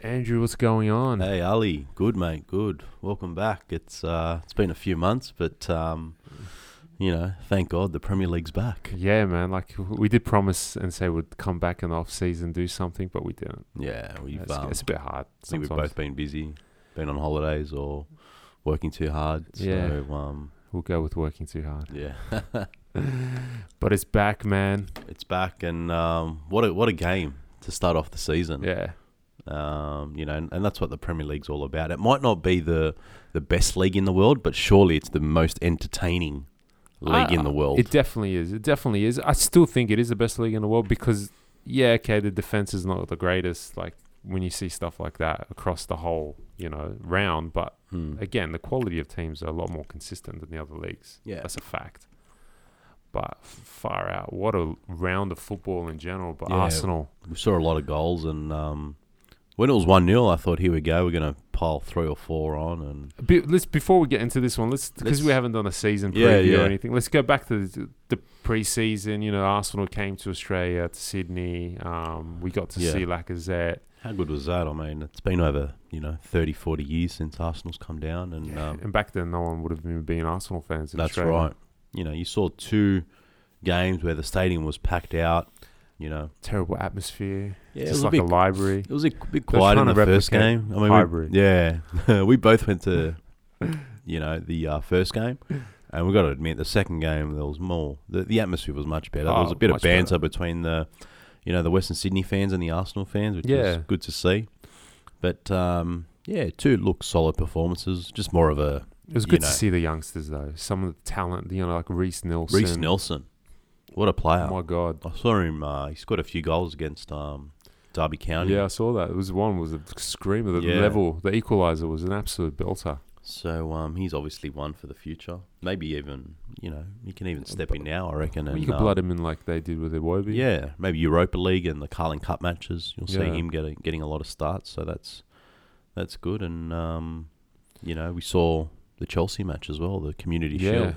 Andrew, what's going on? Hey Ali, good mate, good. Welcome back. It's uh, it's been a few months, but um, you know, thank God the Premier League's back. Yeah, man. Like w- we did promise and say we'd come back in the off season, do something, but we didn't. Yeah, we've It's, um, it's a bit hard. I think we've sometimes. both been busy, been on holidays or working too hard. Yeah. So um, We'll go with working too hard. yeah, But it's back, man. it's back, and um, what a what a game to start off the season. Yeah. Um, you know, and, and that's what the Premier League's all about. It might not be the the best league in the world, but surely it's the most entertaining league I- in the world. It definitely is. It definitely is. I still think it is the best league in the world because, yeah, okay, the defense is not the greatest. Like when you see stuff like that across the whole, you know, round. But Hmm. again, the quality of teams are a lot more consistent than the other leagues. Yeah. That's a fact. But f- far out, what a round of football in general. But Yeah. Arsenal, we saw a lot of goals, and um, when it was one 0 I thought, here we go, we're going to pile three or four on, and Be, let's before we get into this one, let's because we Let's- haven't done a season preview Yeah, yeah. or anything. Let's go back to the, the preseason. You know, Arsenal came to Australia to Sydney. Um, we got to Yeah. see Lacazette. how good was that? I mean, it's been over you know 30, 40 years since Arsenal's come down, and um, and back then, no one would have even been Arsenal fans. In That's Australia. right. You know, you saw two games where the stadium was packed out. You know, Terrible atmosphere. yeah, just like a, library. It was a bit quiet in trying the to first replicate game. I mean, we- hybrid. yeah, we both went to, you know, the uh, first game, and we got to admit the second game there was more. The, the atmosphere was much better. there was Oh, a bit of much better. banter between the, you know, the Western Sydney fans and the Arsenal fans, which Yeah. was good to see. But um, yeah, two look solid performances. Just more of a It was you good know. to see the youngsters though. Some of the talent, you know, like Reese Nelson. Reese Nelson. What a player! Oh my god. I saw him. Uh, he scored a few goals against um, Derby County. Yeah, I saw that. It was one was a screamer. The Yeah. level, the equalizer was an absolute belter. So um, he's obviously one for the future. Maybe even you know he can even step in now. I reckon. Well, And, you could um, blood him in like they did with Iwobi. yeah, maybe Europa League and the Carling Cup matches. You'll see Yeah. him getting getting a lot of starts. So that's that's good. And um, you know we saw the Chelsea match as well, the Community Shield.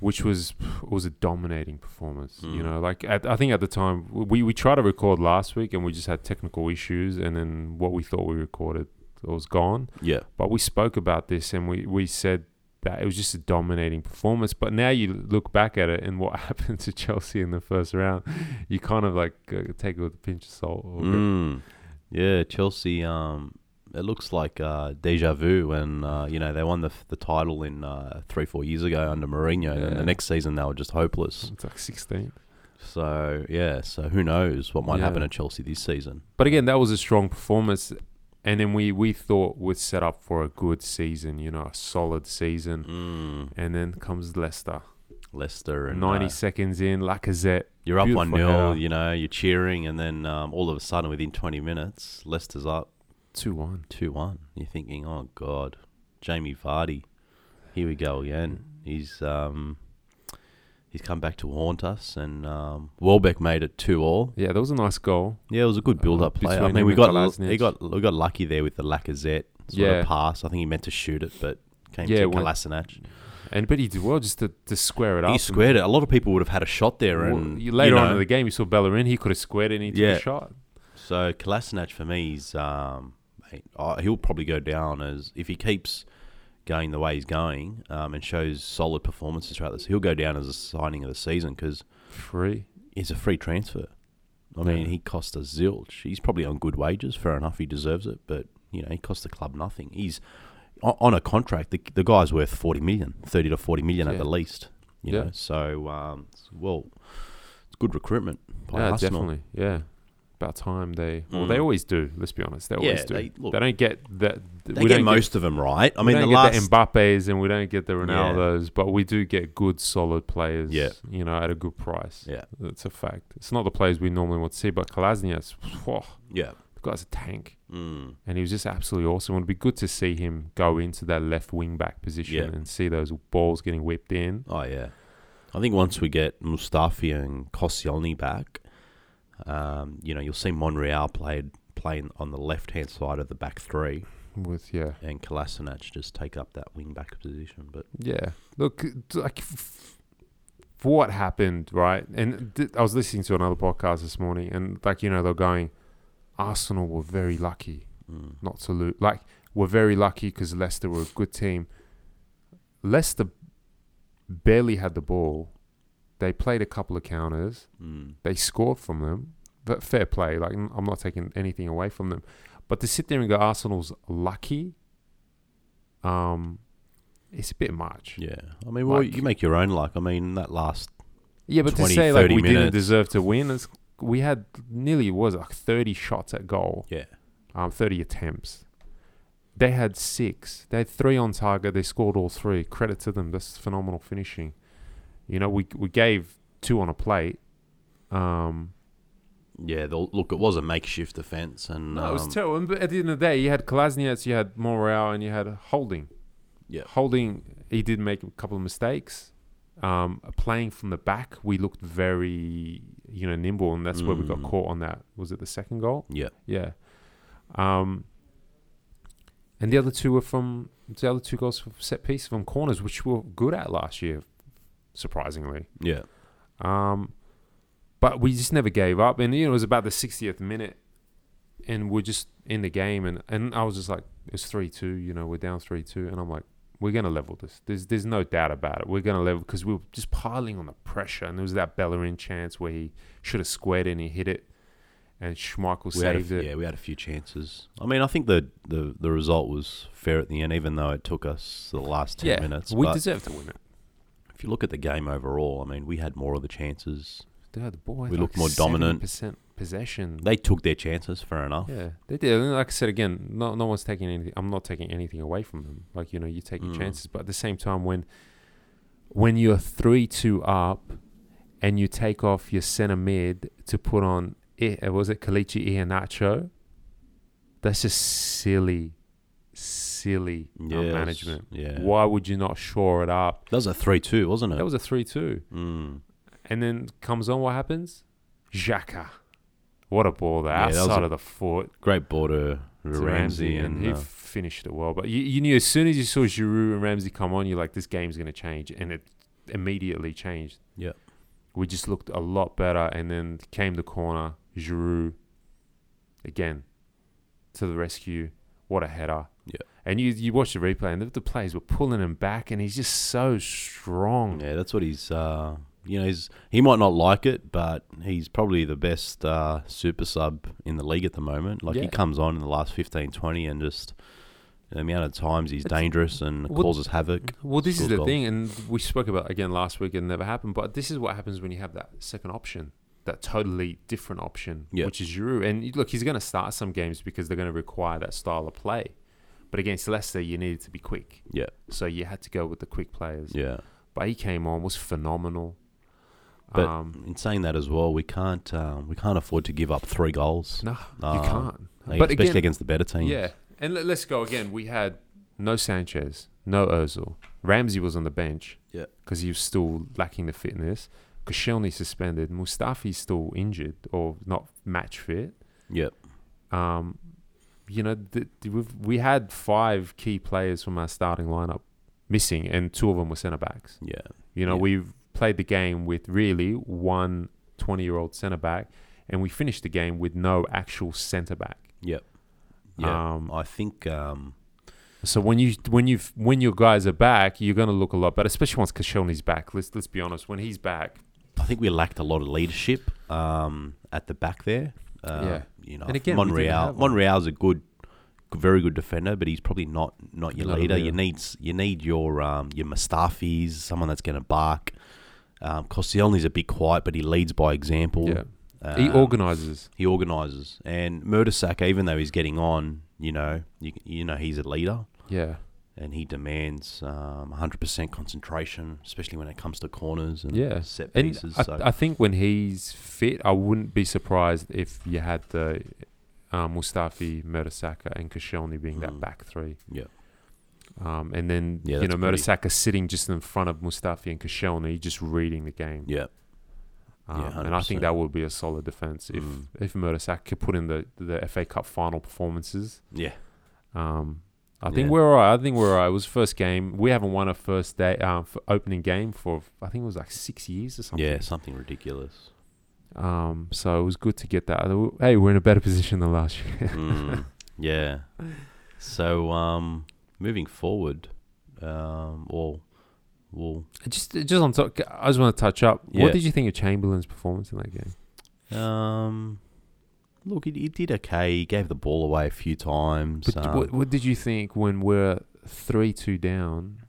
Which was was a dominating performance, you Mm. know. Like at, I think at the time we we tried to record last week and we just had technical issues, and then what we thought we recorded was gone. Yeah, But we spoke about this and we we said that it was just a dominating performance. But now you look back at it and what happened to Chelsea in the first round, you kind of like uh, take it with a pinch of salt. Or Mm. yeah, Chelsea. Um, it looks like uh, deja vu when uh, you know they won the the title in uh, three four years ago under Mourinho, and then Yeah. the next season they were just hopeless. It's like 16. So yeah, so who knows what might happen Yeah. at Chelsea this season? But again, that was a strong performance. And then we, we thought we're set up for a good season, you know, a solid season. Mm. And then comes Leicester. Leicester and 90 uh, seconds in, Lacazette. you're up beautiful one 0 header. You know, you're cheering, and then um, all of a sudden, within 20 minutes, Leicester's up 2 1. two one. You're thinking, oh god, Jamie Vardy, here we go again. He's um, he's come back to haunt us, and um, Welbeck made it two all. Yeah, that was a nice goal. Yeah, it was a good Uh, build-up play. I between mean, him we and got Kolasinac. he got we got lucky there with the Lacazette sort Yeah. of pass. I think he meant to shoot it, but came Yeah, to it went- Kolasinac. And But he did well just to, to square it up. He and- squared it. A lot of people would have had a shot there, Well, and you- later you on know, in the game, you saw Bellerin. He could have squared it and he took Yeah. a shot. So Kolasinac for me is um, mate, uh, he'll probably go down as if he keeps going the way he's going um, and shows solid performances throughout this, he'll go down as a signing of the season because Free. he's a free transfer. I mean, Yeah. he cost us zilch. He's probably on good wages. Fair enough, he deserves it, but you know, he cost the club nothing. He's o- on a contract. The, the guy's worth 40 million, 30 to 40 million at Yeah. the least. You Yeah. know, so um, it's- well, it's good recruitment by Yeah, Arsenal. definitely. Yeah. About time they. Well, Mm. they always do, let's be honest. They always Yeah, do. they- They, look, don't get that. They we get don't most of them right. I mean, we the don't last get the Mbappes and we don't get the Yeah. Ronaldos, but we do get good, solid players. Yeah. you know, at a good price. Yeah. that's a fact. It's not the players we normally want to see, but Kolasinac, whoa, Yeah. the guy's a tank, Mm. and he was just absolutely awesome. It'd be good to see him go into that left wing back position Yeah. and see those balls getting whipped in. Oh yeah. I think once we get Mustafi and Koscielny back, um, you know, you'll see Monreal played playing on the left hand side of the back three, With yeah, and Kolasinac just take up that wing back position. But Yeah. Look, d- like f- for what happened, right? And th- I was listening to another podcast this morning, and like you know, they're going, Arsenal were very lucky. Mm. not to lose. Like we're very lucky because Leicester were a good team. Leicester barely had the ball. They played a couple of counters. Mm. They scored from them. But fair play. Like n- I'm not taking anything away from them. But to sit there and go Arsenal's lucky, um, it's a bit much. Yeah. I mean, well, Like- you make your own luck. I mean, that last. Yeah, but to 20, say like 30 we didn't minutes. deserve to win, it's, we had nearly was it, like 30 shots at goal, Yeah. um, 30 attempts. They had six. They had three on target. They scored all three. Credit to them. That's phenomenal finishing. You know, we we gave two on a plate. Um, Yeah. The, look, it was a makeshift defense, and no, it was um, terrible. And- But at the end of the day, you had Kolasinac, you had Morale, and you had Holding. Yeah. Holding, he did make a couple of mistakes. Um, playing from the back, we looked very, you know, nimble, and that's where we got Mm. caught on that. Was it the second goal? yeah. Yeah. Um, and the other two were from the other two goals from set piece from corners, which we were good at last year, surprisingly. Yeah. Um, but we just never gave up. And, you know, it was about the 60th minute and we're just in the game. And, and I was just like, it's 3 2, you know, we're down 3 2. And I'm like, we're going to level this. There's there's no doubt about it. We're going to level because we were just piling on the pressure. And there was that Bellerin chance where he should have squared it and he hit it. And Schmeichel We had a, saved f- it. yeah, we had a few chances. I mean, I think the, the, the result was fair at the end, even though it took us the last ten minutes. we but deserve to win it. if you look at the game overall, I mean, we had more of the chances. Dude, the boy, We looked more dominant. Percent possession. They took their chances, fair enough. Yeah, they did. And like I said again, no, no one's taking anything. I'm not taking anything away from them. Like you know, you take your Mm. chances, but at the same time, when when you're three two up, and you take off your center mid to put on it, was it Kalichi Iheanacho? That's just silly, silly uh, Yes, management. yeah. Why would you not shore it up? That was a three-two, wasn't it? That was a three two, mm. and then comes on. What happens? Xhaka. What a ball! The Yeah, that was outside a- of the foot Great ball to, to Ramsey, and, he uh, finished it well. But you, you knew as soon as you saw Giroud and Ramsey come on, you're like, this game's going to change, and it immediately changed. Yeah. we just looked a lot better, and then came the corner, Giroud, again, to the rescue. What a header! Yeah. and you you watch the replay, and the, the players were pulling him back, and he's just so strong. yeah, that's what he's. Uh, you know, he's he might not like it, but he's probably the best uh, super sub in the league at the moment. Like Yeah. he comes on in the last 15, 20 and just the amount of times he's dangerous and Well, causes havoc. Well, this is Scores the goals. thing, and we spoke about again last week and never happened. But this is what happens when you have that second option, that totally different option, Yeah. which is Giroud. And you- look, he's going to start some games because they're going to require that style of play. But against Leicester, you needed to be quick, Yeah, so you had to go with the quick players. yeah. But he came on, was phenomenal. But um, in saying that as well, we can't um, we can't afford to give up three goals, no, you uh, can't. like, but especially again, against the better teams. yeah. And let, let's go again. We had no Sanchez, no Ozil. Ramsey was on the bench. Yeah. because he was still lacking the fitness. Koscielny suspended. Mustafi's still injured or not match fit. yeah. Um, you know, th- th- we've, we had five key players from our starting lineup missing, and two of them were centre backs. Yeah, You know, Yeah. we've played the game with really one 20 year old centre back, and we finished the game with no actual centre back. yeah. Um, I think um, So when you when you when your guys are back, you're going to look a lot better, especially once Koscielny's back. Let's let's be honest. When he's back, I think we lacked a lot of leadership um, at the back there. Uh, Yeah. you know, And again, we didn't Monreal. have one. Monreal's a good, very good defender, but he's probably not not your Not a leader. You leader. need s- you need your um, your Mustafis, someone that's going to bark. Um, Koscielny's a bit quiet, but he leads by example. yeah, Um, he organizes. he organises, and Murdersacker, even though he's getting on, you know, you you know he's a leader. Yeah. And he demands um, 100% concentration, especially when it comes to corners and Yeah. set And pieces. I, so. I think when he's fit, I wouldn't be surprised if you had the uh, Mustafi, Murasaka, and Koscielny being that Mm. back three. Yeah. Um, and then Yeah, you know that's pretty- Murasaka sitting just in front of Mustafi and Koscielny, just reading the game. yeah. Um, yeah, and I think 100%. that would be a solid defense if Mm. if Murasaka could put in the the FA Cup final performances. Yeah. Um, I think Yeah. we're all right. I think we're all right. It was first game. We haven't won a first day uh, f opening game for I think it was like six years or something. Yeah, something ridiculous. Um, so it was good to get that. Hey, we're in a better position than last year. Mm. Yeah. So, um, moving forward, um, or well, Just just on top, I just want to touch up. Yeah. What did you think of Chamberlain's performance in that game? um, look, he, he did okay. He gave the ball away a few times. But um, what, what did you think when we're three two down,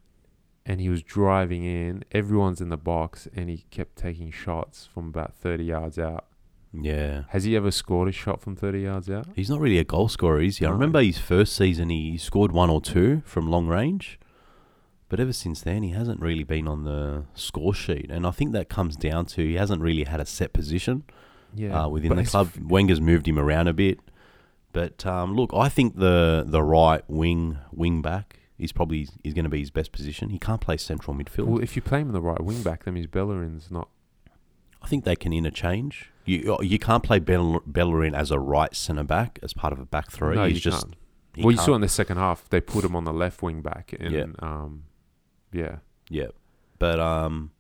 and he was driving in? Everyone's in the box, and he kept taking shots from about thirty yards out. yeah. Has he ever scored a shot from thirty yards out? He's not really a goal scorer, is he? I No. remember his first season he scored one or two from long range, but ever since then he hasn't really been on the score sheet, and I think that comes down to he hasn't really had a set position Yeah, uh, within but the it's- club. Wenger's moved him around a bit, but um, look, I think the the right wing wing back is probably is going to be his best position. He can't play central midfield. Well, if you play him in the right wing back, that means Bellerin's not. I think they can interchange. You uh, you can't play Bell- Bellerin as a right centre back as part of a back three. no, He's you just can't. he well, you can't- saw in the second half they put him on the left wing back, and Yeah. um, yeah, Yeah, but um,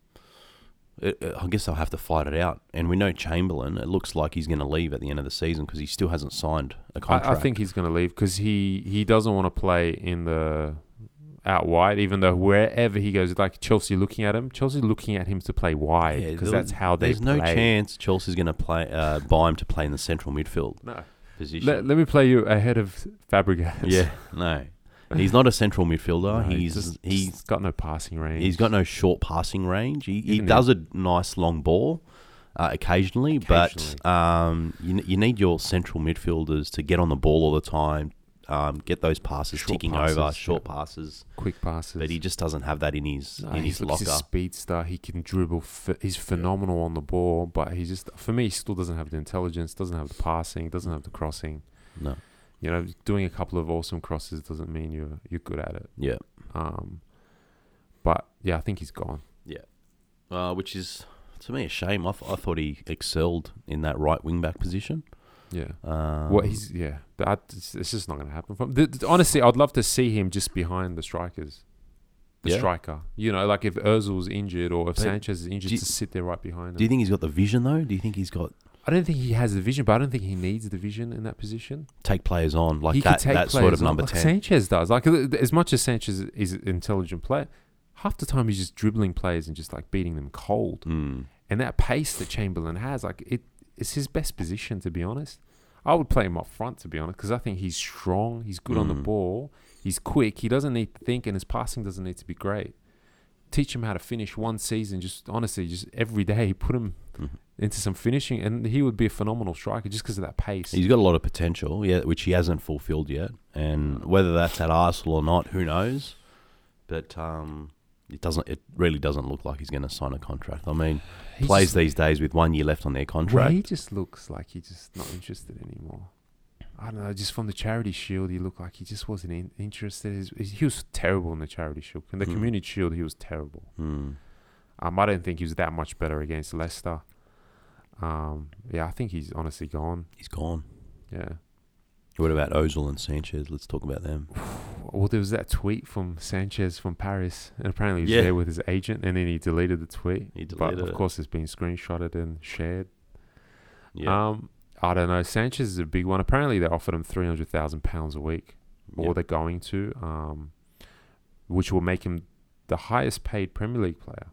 it, it- I guess they'll have to fight it out. And we know Chamberlain. It looks like he's going to leave at the end of the season because he still hasn't signed a contract. I, I think he's going to leave because he he doesn't want to play in the out wide, even though wherever he goes, like Chelsea looking at him, Chelsea looking at him to play wide Yeah, because there- that's how they there's play. no chance Chelsea's going to play uh, buy him to play in the central midfield No. position. Let, let me play you ahead of Fabregas. yeah, no, he's not a central No, midfielder. he's just- he's just got no passing range. he's got no short passing range. He, he Even does a nice long ball. Uh, occasionally, but Occasionally. um, you, you need your central midfielders to get on the ball all the time, um, get those passes Short ticking passes, over, short yeah. passes. quick passes. But he just doesn't have that in his No, in he's, his look, locker. he's a speedster. He can dribble. F- he's phenomenal on the ball, but he just, for me, he still doesn't have the intelligence, doesn't have the passing, doesn't have the crossing. No. You know, doing a couple of awesome crosses doesn't mean you're you're good at it. Yeah. Um, but yeah, I think he's gone. Uh, which is to me a shame. I, th- I thought he excelled in that right wing back position. Yeah. Um, well, he's yeah. But I, it's, it's just not going to happen. From th- th- honestly, I'd love to see him just behind the strikers, the Yeah. striker. You know, like if Özil's injured or if But Sanchez is injured, do you- to sit there right behind him. Do you think he's got the vision though? Do you think he's got I don't think he has the vision, but I don't think he needs the vision in that position. take players on like he could that? take that players sort of on number like ten. Sanchez does. Like th- th- as much as Sanchez is an intelligent player, half the time he's just dribbling players and just like beating them cold. Mm. and that pace that Chamberlain has, like it, it's his best position to be honest. I would play him up front to be honest because I think he's strong, he's good on the Mm. ball, he's quick, he doesn't need to think, and his passing doesn't need to be great. Teach him how to finish one season, just honestly, just every day, put him Mhm. into some finishing, and he would be a phenomenal striker just because of that pace. He's got a lot of potential, yeah, which he hasn't fulfilled yet. And whether that's at Arsenal or not, who knows? But um, it doesn't. It really doesn't look like he's going to sign a contract. I mean, He plays just- these days with one year left on their well, contract. he just looks like he's just not interested anymore. I don't know. Just from the charity shield, he looked like he just wasn't in- interested. His, he was terrible in the charity shield. In the Mm. community shield, he was terrible. Mm. Um, I don't think he was that much better against Leicester. Um, yeah, I think he's honestly gone. He's gone. Yeah. What about Ozil and Sanchez? Let's talk about them. Well, there was that tweet from Sanchez from Paris, and apparently he was Yeah. there with his agent, and then he deleted the tweet. He But deleted of it. course, it's been screenshotted and shared. Yeah. Um, I don't know. Sanchez is a big one. Apparently, they offered him three hundred thousand pounds a week, Yeah. or they're going to, um, which will make him the highest paid Premier League player.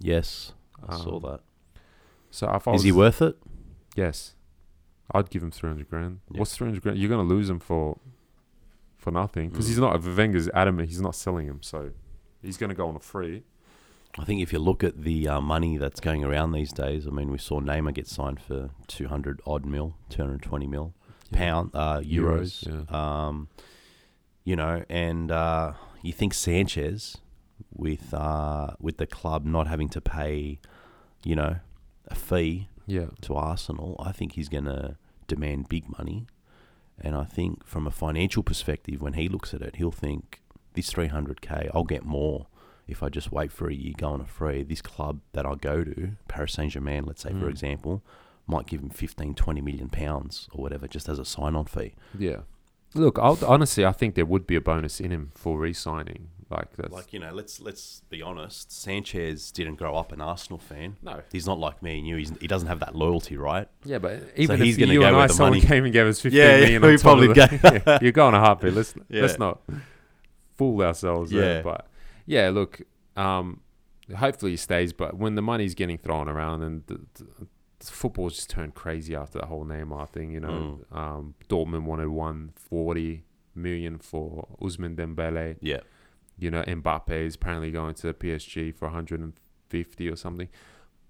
yes, I um, saw that. So if I Is he was- worth it? Yes, I'd give him three hundred grand. Yeah. What's three hundred grand? You're gonna lose him for for nothing because Mm. he's not. Wenger's adamant he's not selling him, so he's gonna go on a free. I think if you look at the uh, money that's going around these days, I mean, we saw Neymar get signed for 200 odd mil, 220 mil pound, uh, euros. Euros, Um, you know, and uh, you think Sanchez, with uh, with the club not having to pay, you know, a fee Yeah, to Arsenal, I think he's going to demand big money. And I think from a financial perspective, when he looks at it, he'll think this 300k, I'll get more if I just wait for a year, go on a free. This club that I go to, Paris Saint Germain, let's say for Mm. example, might give him 15, 20 million pounds or whatever just as a sign on fee. yeah. Look, I'll, honestly, I think there would be a bonus in him for re-signing. Like that's Like you know, let's let's be honest. Sanchez didn't grow up an Arsenal fan. no, He's not like me and you. He's, he doesn't have that loyalty, right? yeah, but even he's if you gonna go and where I, the someone money- came and gave us fifteen Yeah, yeah, million, we on top of probably the- Yeah, you're going a heartbeat. Let's Yeah. let's not fool ourselves. There. Yeah. But yeah, look, um, hopefully he stays. But when the money's getting thrown around and the, the- the football's just turned crazy after the whole Neymar thing, you know, Mm. um, Dortmund wanted one forty million for Usman Dembele. Yeah. you know, Mbappe is apparently going to PSG for 150 or something.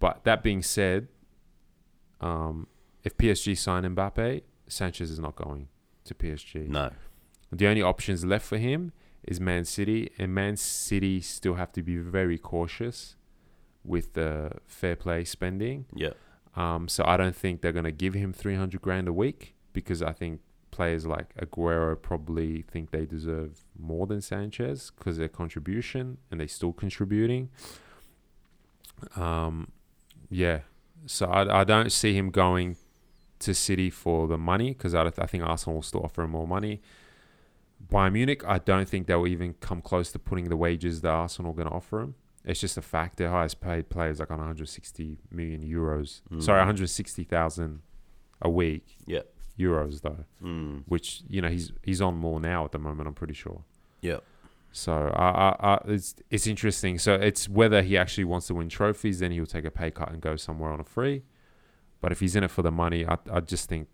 But that being said, um, if PSG sign Mbappe, Sanchez is not going to PSG. No. The only options left for him is Man City, and Man City still have to be very cautious with the fair play spending. Yeah. Um, so I don't think they're going to give him 300 grand a week because I think players like Aguero probably think they deserve more than Sanchez because their contribution and they're still contributing. Um, yeah. So I, I don't see him going to City for the money because I, don't- I think Arsenal will still offer him more money. Bayern Munich, I don't think they'll even come close to putting the wages that Arsenal are going to offer him. It's just a fact. Their highest paid player is like on 160 million euros. Sorry, 160,000 a week. Yeah. Euros though, Mm. which you know he's he's on more now at the moment. I'm pretty sure. Yeah. So I, I, I, it's it's interesting. So it's whether he actually wants to win trophies, then he'll take a pay cut and go somewhere on a free. But if he's in it for the money, I, I just think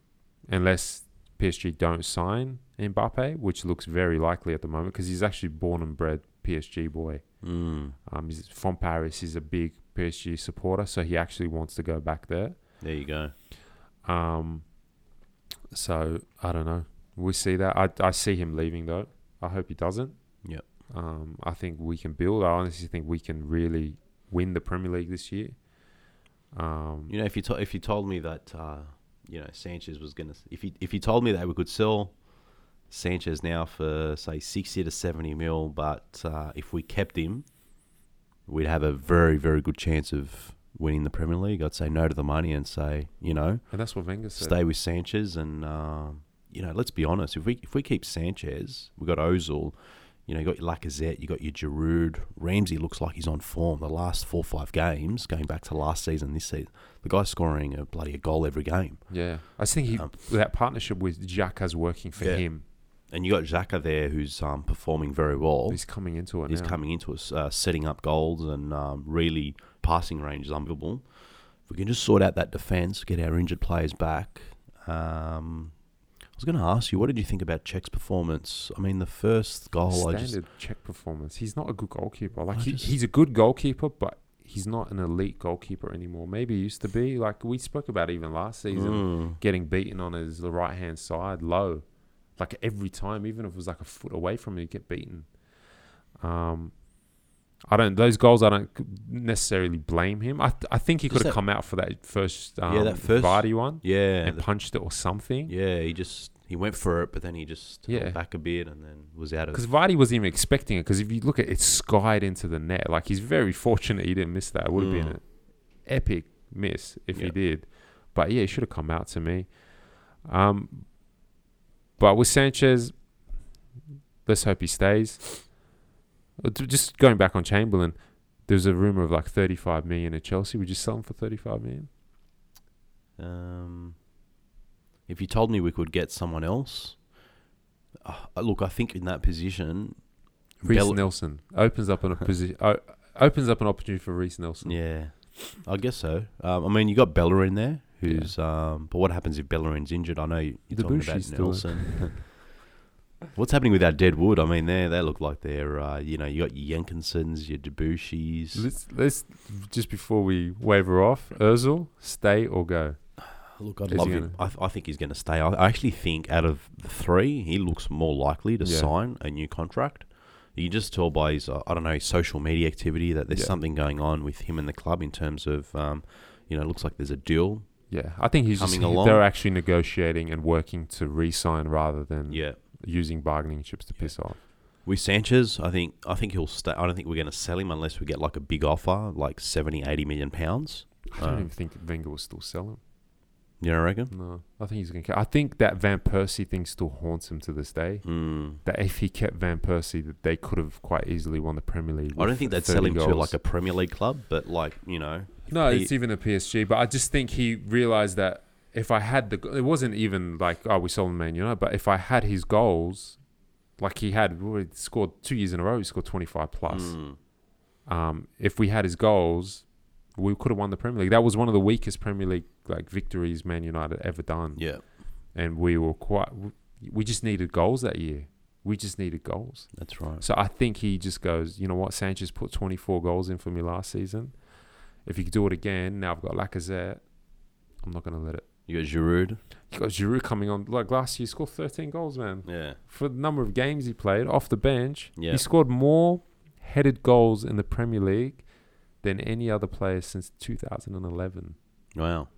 unless PSG don't sign Mbappe, which looks very likely at the moment, because he's actually born and bred PSG boy. Mm. Um, he's from Paris. He's a big PSG supporter, so he actually wants to go back there. There you go. Um, so I don't know. We see that. I, I see him leaving though. I hope he doesn't. Yep. Um, I think we can build. I honestly think we can really win the Premier League this year. Um, You know, if you to- if you told me that uh, you know Sanchez was gonna, if you if you told me that we could sell Sanchez now for say sixty to seventy mil, but uh, if we kept him, we'd have a very very good chance of winning the Premier League. I'd say no to the money and say you know and that's what Wenger said. stay with Sanchez and um, you know let's be honest. If we if we keep Sanchez, we got Ozil. You know, you got your Lacazette, you got your Giroud. Ramsey looks like he's on form. The last four five games, going back to last season, this season, the guy's scoring a bloody a goal every game. Yeah, I just think he, Um, that partnership with Xhaka's working for Yeah. him. And you got Xhaka there, who's um, performing very well. He's coming into it. He's now. coming into us, uh, setting up goals and um, really passing range is unbelievable. If we can just sort out that defence, get our injured players back. Um, I was going to ask you, what did you think about Czech's performance? I mean, the first goal, I just Standard Czech performance. He's not a good goalkeeper. Like I he, just- he's a good goalkeeper, but he's not an elite goalkeeper anymore. Maybe he used to be. Like we spoke about even last season. Mm. getting beaten on his right hand side low, like every time, even if it was like a foot away from him, he'd get beaten. Um, I don't those goals. I don't necessarily blame him. I I think he Just could have that- come out for that first um, Yeah, that first- Vardy one yeah, and the- punched it or something. yeah. He just he went for it, but then he just held Yeah. back a bit and then was out Because of. Vardy wasn't even expecting it. Because if you look at it, it's skied into the net. Like he's very fortunate he didn't miss that. It would have been Mm. an epic miss if he Yeah. did. But yeah, he should have come out to me. Um, but with Sanchez, let's hope he stays. Uh, j- Just going back on Chamberlain, there's a rumor of like 35 million at Chelsea. Would you sell him for 35 million? Um, if you told me we could get someone else, uh, look, I think in that position, Reese Bell- Nelson opens up an opposition. Uh, opens up an opportunity for Reese Nelson. Yeah, I guess so. Um, I mean, you got Bellerin there, who's. Um, but what happens if Bellerin's injured? I know you- you're The talking Bushi's about still- Nelson. What's happening with our dead wood? I mean, they they look like they're. Uh, you know, you got your Jenkinsons, your Debushis. Let's let's just before we waver off, Özil, stay or go. Look, I Is he love him. I, I think he's going to stay. I, I actually think out of the three, he looks more likely to Yeah. sign a new contract. You can just tell by his, uh, I don't know, his social media activity that there's Yeah. something going on with him and the club in terms of, um, you know, it looks like there's a deal. Yeah, I think he's just, Coming along. they're actually negotiating and working to re-sign rather than Yeah. using bargaining chips to piss off. With Sanchez, I think I think he'll stay. I don't think we're going to sell him unless we get like a big offer, like 70, 80 million pounds. I don't Um, even think Wenger will still sell him. You know, I reckon. No, I think he's gonna. ca- I think that Van Persie thing still haunts him to this day. Mm. That if he kept Van Persie, that they could have quite easily won the Premier League. I don't with think they'd 30 sell him to goals. like a Premier League club, but like you know, No, He- it's even a PSG. But I just think he realized that if I had the, go- it wasn't even like oh we sold him Man United, but if I had his goals, like he had well, he scored two years in a row, he scored twenty five plus. Mm. Um, if we had his goals, we could have won the Premier League. That was one of the weakest Premier League like victories Man United ever done, yeah, and we were quite. We just needed goals that year. We just needed goals. that's right. So I think he just goes, you know what, Sanchez put 24 goals in for me last season. If you could do it again, now I've got Lacazette. I'm not going to let it. You got Giroud. You got Giroud coming on. Like last year, he scored 13 goals, man. Yeah, For the number of games he played off the bench, Yeah. he scored more headed goals in the Premier League than any other player since 2011. wow.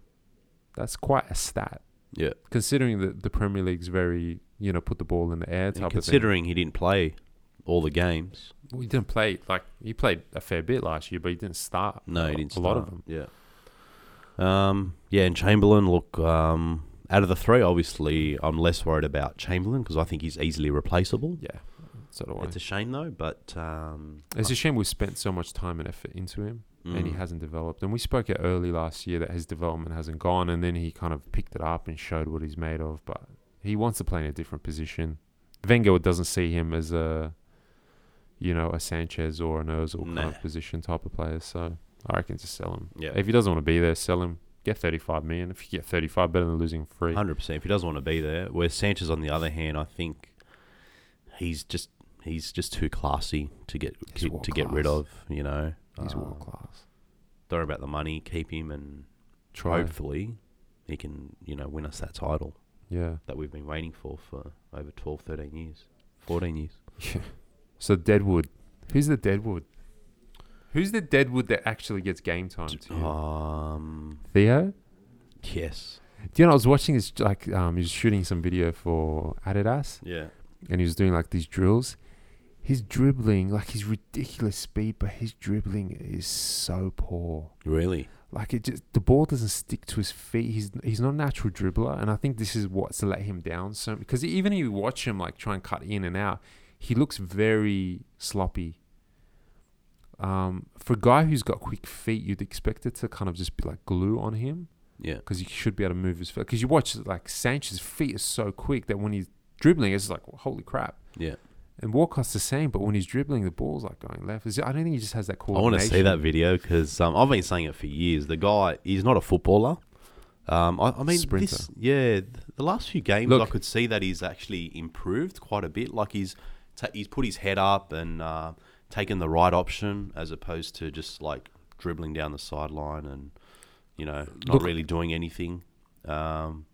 That's quite a stat. Yeah. Considering that the Premier League's very, you know, put the ball in the air type And of thing. considering he didn't play all the games, Well, he didn't play like he played a fair bit last year, but he didn't start. no, he a- didn't. A lot of them. start. Yeah. Um. Yeah, and Chamberlain. Look, um, out of the three, obviously, I'm less worried about Chamberlain because I think he's easily replaceable. Yeah, so do I. It's a shame though, but um, It's a shame we've spent so much time and effort into him, and he mm, hasn't developed. And we spoke it early last year that his development hasn't gone, and then he kind of picked it up and showed what he's made of. But he wants to play in a different position. Wenger doesn't see him as a, you know, a Sanchez or an Özil Nah. kind of position type of player. So I reckon just sell him. Yeah. If he doesn't want to be there, sell him. Get thirty-five million. If you get thirty-five, better than losing free. Hundred percent. If he doesn't want to be there, where Sanchez, on the other hand, I think he's just he's just too classy to get He's to, world to get rid class. of. You know, He's Um, world class. Don't worry about the money. Keep him, and Try. hopefully he can you know win us that title Yeah. that we've been waiting for for over 12, 13 years, fourteen years. So Deadwood, who's the Deadwood? Who's the Deadwood that actually gets game time to Oh. you? Um, Theo? yes, Do you know I was watching this like um, he was shooting some video for Adidas yeah, and he was doing like these drills. His dribbling, like his ridiculous speed, but his dribbling is so poor. really. Like it just the ball doesn't stick to his feet. He's he's not a natural dribbler, and I think this is what's let him down. So because even if you watch him like try and cut in and out, he looks very sloppy. Um, for a guy who's got quick feet, you'd expect it to kind of just be like glue on him Yeah, because he should be able to move his feet. Because you watch like Sanchez's feet are so quick that when he's dribbling, it's like holy crap. yeah. And Walcott's the same, but when he's dribbling, the ball's like going left. Is it- I don't think he just has that I coordination. want to see that video because um, I've been saying it for years. The guy, he's not a footballer. Um, I, I mean, Sprinter. this, yeah, th- the last few games Look. I could see that he's actually improved quite a bit. Like he's ta- he's put his head up and uh, taken the right option as opposed to just like dribbling down the sideline and you know not Look. really doing anything. Um,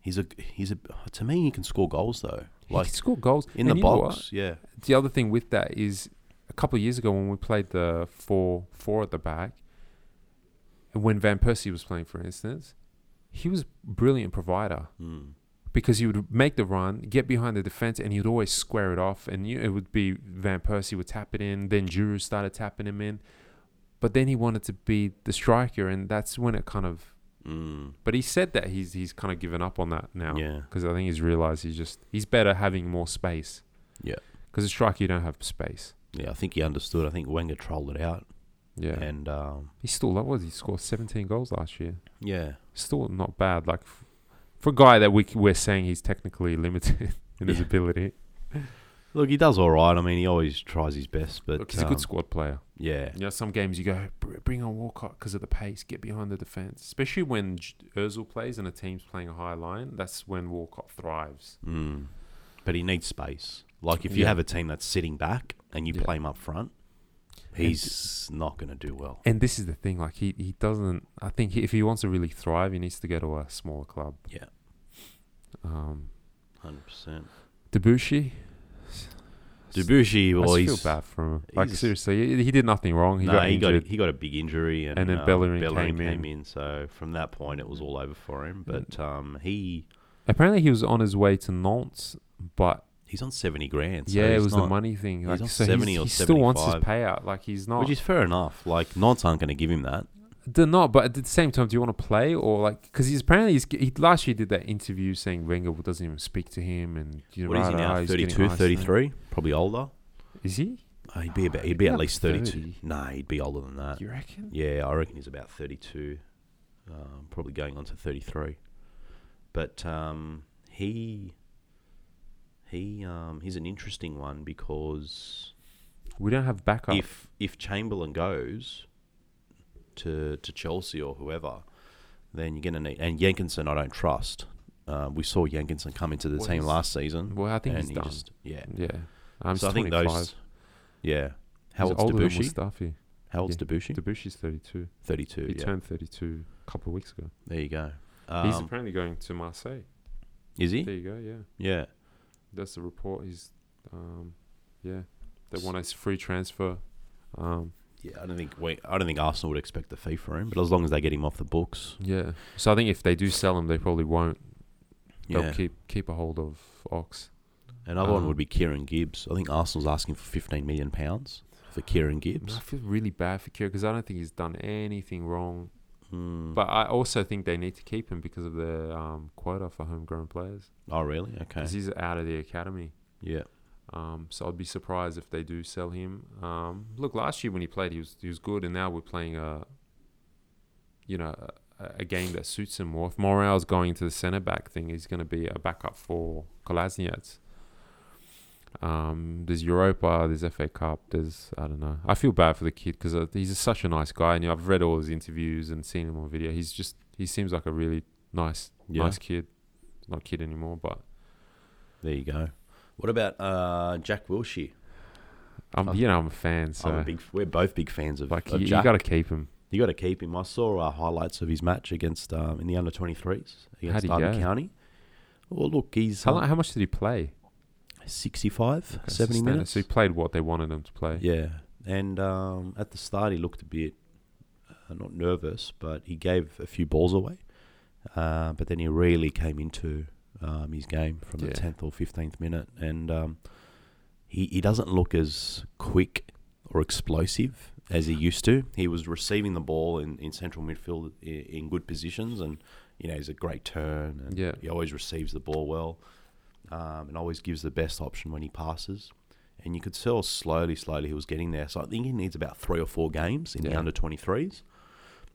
he's a he's a to me he can score goals though. He Like can score goals in And the you know what? box, yeah, the other thing with that is a couple of years ago when we played the four four at the back, and when Van Persie was playing, for instance, he was a brilliant provider mm. because he would make the run, get behind the defense, and he'd always square it off. And you, it would be Van Persie would tap it in, then Giroud started tapping him in, but then he wanted to be the striker, and that's when it kind of. Mm. But he said that he's he's kind of given up on that now yeah, because I think he's realized he's just he's better having more space. Yeah. because a striker you don't have space. yeah. I think he understood. I think Wenger trolled it out. Yeah, And um, he's still that was he scored 17 goals last year. yeah, Still not bad. Like f- for a guy that we c- we're saying he's technically limited in his Yeah. ability. look, he does all right. I mean, he always tries his best, but Look, he's a good um, squad player. yeah, You know, some games you go "Br- bring on Walcott because of the pace, get behind the defense. Especially when J- Özil plays and a team's playing a high line, that's when Walcott thrives. mm. but he needs space. Like if you Yeah. have a team that's sitting back and you Yeah. play him up front, he's not going to do well. And this is the thing, like he, he doesn't. I think he, if he wants to really thrive, he needs to go to a smaller club. Yeah. Um, Hundred percent. Debushi, Debuchy, well, I he's, just feel bad for him. Like he's- seriously, he, he did nothing wrong. He no, got he injured. got he got a big injury, and, And then uh, Bellerin came in. So from that point, it was all over for him. But um, he Apparently, he was on his way to Nantes, but he's on seventy grand. So yeah, it he's was the not- money thing. he's Like, on so 70 he's- or he still wants his 75. payout. Like he's not. which is fair enough. Like Nantes aren't going to give him that. They're not, but at the same time, do you want to play or like? Because he's apparently he's, he last year did that interview saying Wenger doesn't even speak to him, and you What is he now? he's getting 32, ice and- 33? Probably older. Is he? Oh, he'd be about, he'd He'd be be at like least 32. 30. Nah, he'd be older than that. You reckon? Yeah, I reckon he's about 32, um, probably going on to 33. But um, he he um, he's an interesting one because We don't have backup. if if Chamberlain goes to to Chelsea or whoever, then you're gonna need and Jenkinson I don't trust. Um, we saw Jenkinson come into the Well, team he's- last season. well, I think and he's he done. just- yeah. yeah, I'm so I think 25. those. Yeah. How He's old's older than Debussy? Mustafi. How old's yeah. Debussy? Debussy's 32. Thirty-two. He yeah. turned 32 a couple of weeks ago. There you go. he's Um, apparently going to Marseille. is he? There you go. Yeah, Yeah. that's the report. He's, um, yeah, they want a free transfer. Um, Yeah, I don't think we, I don't think Arsenal would expect the fee for him, but as long as they get him off the books, yeah. So I think if they do sell him, they probably won't. yeah. They'll keep keep a hold of Ox. Another one um, would be Kieran Gibbs. I think Arsenal's asking for 15 million pounds for Kieran I Gibbs. feel really bad for Kira because I don't think he's done anything wrong. Mm. But I also think they need to keep him because of their um, quota for homegrown players. oh, really? Okay. Because he's out of the academy. yeah. Um, so I'd be surprised if they do sell him. Um, look, last year when he played, he was he was good, and now we're playing a, you know, a, a game that suits him more. If Morale's going into the centre back thing, he's going to be a backup for Kolasinac. Um, there's Europa, there's FA Cup, there's I don't know. I feel bad for the kid because he's such a nice guy, and you know, I've read all his interviews and seen him on video. He's just he seems like a really nice, Yeah. nice kid. Not kid anymore, but There you go. What about uh, Jack Wilshere? I'm Oh. you know I'm a fan, so I'm a big, we're both big fans of, like of you, you Jack. got to keep him. You got to keep him. I saw uh, highlights of his match against um, in the under 23s against he Arden go? County. Well, look, he's How, uh, lo- how much did he play? 65, Okay, so 70 standard. minutes. So he played what they wanted him to play. Yeah, and um, at the start he looked a bit uh, not nervous, but he gave a few balls away. Uh, but then he really came into um, his game from Yeah. the tenth or fifteenth minute, and um, he he doesn't look as quick or explosive as he used to. He was receiving the ball in, in central midfield in, in good positions, and you know he's a great turn, and Yeah. he always receives the ball well, um, and always gives the best option when he passes. And you could tell slowly, slowly he was getting there. So I think he needs about three or four games in the Yeah. under twenty threes.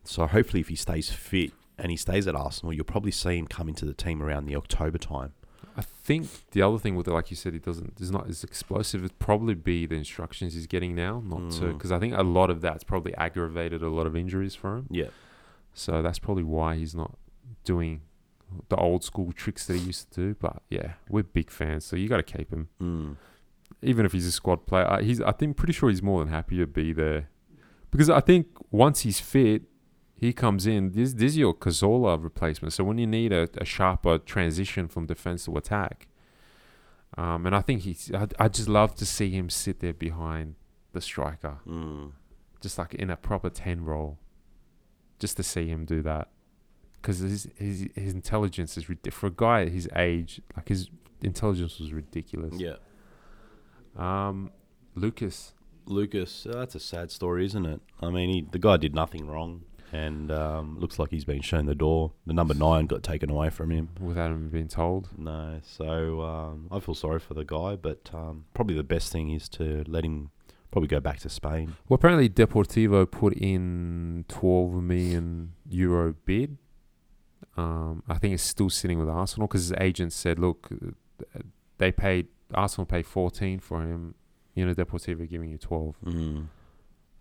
So hopefully, if he stays fit and he stays at Arsenal, you'll probably see him come into the team around the October time. I think the other thing with it, like you said, he doesn't is not as explosive. It'd probably be the instructions he's getting now, not to Mm. because I think a lot of that's probably aggravated a lot of injuries for him. Yeah, So that's probably why he's not doing the old school tricks that he used to do. But yeah, we're big fans, so you got to keep him, mm. even if he's a squad player. I, he's I think pretty sure he's more than happy to be there because I think once he's fit, he comes in. This this is your Kazola replacement. So when you need a, a sharper transition from defense to attack, um, and I think he's. I, I just love to see him sit there behind the striker, Mm. just like in a proper ten role, just to see him do that, because his, his his intelligence is ridiculous for a guy at his age. Like his intelligence was ridiculous. yeah. Um, Lucas. Lucas, uh, that's a sad story, isn't it? I mean, he, the guy did nothing wrong, and um, looks like he's been shown the door. The number nine got taken away from him. Without him being told, No, so um, I feel sorry for the guy, but um, probably the best thing is to let him probably go back to Spain. Well, apparently Deportivo put in 12 million euro bid. Um, I think it's still sitting with Arsenal because his agent said, look, uh, they paid Arsenal paid 14 for him. You know, Deportivo giving you 12. Mm.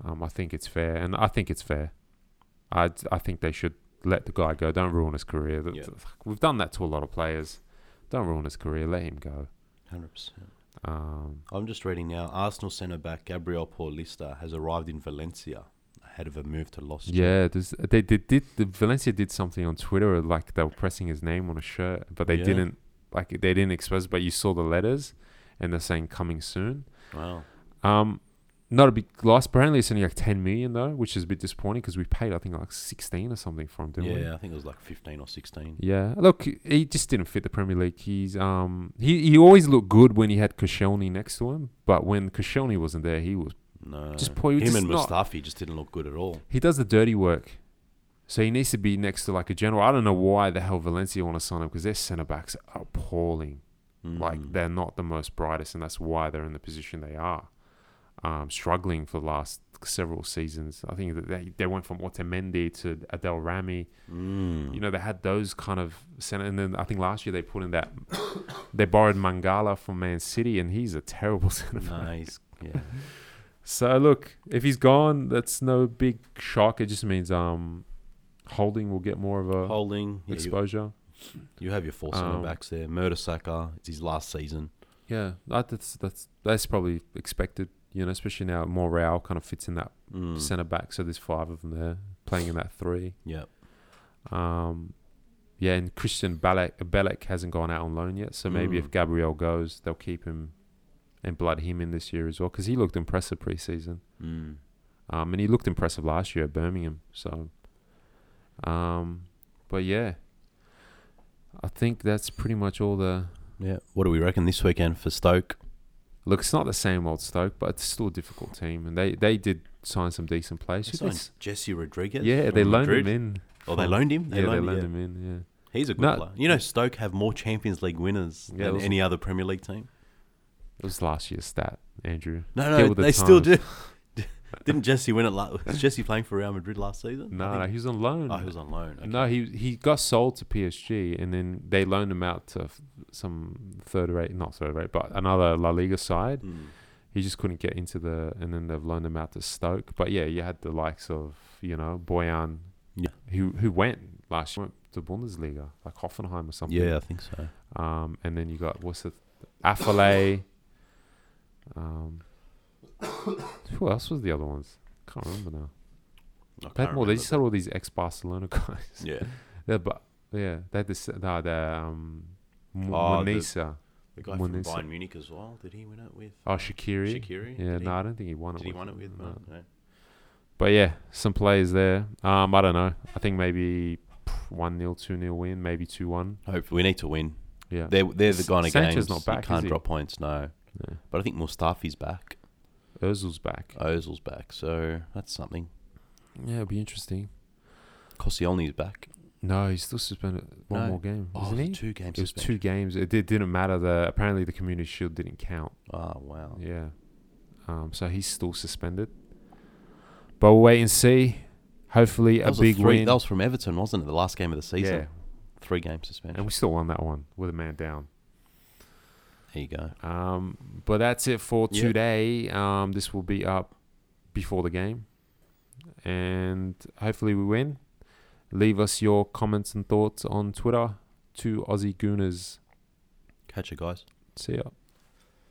Um, I think it's fair, and I think it's fair. I I think they should let the guy go. Don't ruin his career. Th- Yeah. th- We've done that to a lot of players. Don't ruin his career. Let him go. Hundred percent. Um, I'm just reading now. Arsenal centre back Gabriel Paulista has arrived in Valencia ahead of a move to Los. Yeah, there's, they, they did. The Valencia did something on Twitter, like they were pressing his name on a shirt, but they Yeah. didn't. Like they didn't expose, but you saw the letters, and they're saying coming soon. Wow. Um, not a big loss. Apparently, it's only like ten million though, which is a bit disappointing because we paid I think like sixteen or something for him, didn't we? yeah, I think it was like 15 or 16. Yeah. Look, he just didn't fit the Premier League. He's um he, he always looked good when he had Koscielny next to him, but when Koscielny wasn't there, he was No. Just poor- him just and not- Mustafi just didn't look good at all. he does the dirty work. So he needs to be next to like a general. I don't know why the hell Valencia want to sign him because their centre backs are appalling. Mm. Like they're not the most brightest, and that's why they're in the position they are, um, struggling for the last several seasons. I think that they, they went from Otamendi to Adel Rami. Mm. You know, they had those kind of centre, and then I think last year they put in that they borrowed Mangala from Man City, and he's a terrible centre back. nice. Yeah. So look, if he's gone, that's no big shock. It just means um, holding will get more of a Holding. Yeah, you, exposure. you have your four centre Um, backs there. Murdersacker. It's his last season. Yeah, that, that's that's that's probably expected. You know, especially now Morale kind of fits in that Mm. centre back. So there's five of them there playing in that three. Yeah. Um, yeah, and Christian Balak Belek hasn't gone out on loan yet. So maybe Mm. if Gabriel goes, they'll keep him and blood him in this year as well because he looked impressive preseason. Mm. Um, and he looked impressive last year at Birmingham. So, um, but yeah, I think that's pretty much all the. Yeah. What do we reckon this weekend for Stoke? Look, it's not the same old Stoke, but it's still a difficult team, and they they did sign some decent players. They Who they signed Jesse Rodriguez. s- yeah, from they loaned Madrid. him in. Oh, they loaned him. They yeah, loaned, they him, loaned yeah. him in. He's a good No. player. You know, Stoke have more Champions League winners Yeah, than also- any other Premier League team. Yeah, it was last year's stat, Andrew. No, Get no, with the they still do. times. Didn't Jesse win it? La- was Jesse playing for Real Madrid last season? I No, no, think- he was on loan. oh, he was on loan. Okay. No, he he got sold to PSG, and then they loaned him out to f- some third rate, not third rate, but another La Liga side. Mm. he just couldn't get into the and then they've loaned him out to Stoke. But yeah, you had the likes of, you know, Boyan Yeah. who who went last year went to Bundesliga, like Hoffenheim or something. Yeah, I think so. Um and then you got what's it Affale. um who else was the other ones? Can't remember now. They I had can't more. They remember. just had all these ex Barcelona guys. yeah, Yeah, but yeah, they had this no, the um M- Oh, the- Munisa. the guy When from they said- Bayern Munich as well. Did he win it with Oh Shakiri. Shakiri? Yeah, Did no, he- I don't think he won it. Did he with win it them. with? uh, No. No. But yeah, some players there. Um, I don't know. I think maybe one 0 two 0 win, maybe two one. Hopefully, we need to win. Yeah, They're they're the kind of Sanchez games not back, you is can't he? drop points. No, No. but I think Mustafi's back. Özil's back. Ozil's back, so that's something. yeah, it'll be interesting. Koscielny's back. No, he's still suspended one No. more game, Oh, isn't he? two games. It was two games. It did, didn't matter. The apparently the Community Shield didn't count. Oh wow. Yeah, um, so he's still suspended. But we'll wait and see. Hopefully, That a was big three, win. That was from Everton, wasn't it? The last game of the season. yeah, Three game and suspension. we still won that one with a man down. There you go. Um, but that's it for Yeah. today. Um, this will be up before the game, and hopefully we win. Leave us your comments and thoughts on Twitter to Aussie Gooners. Catch you guys. See ya.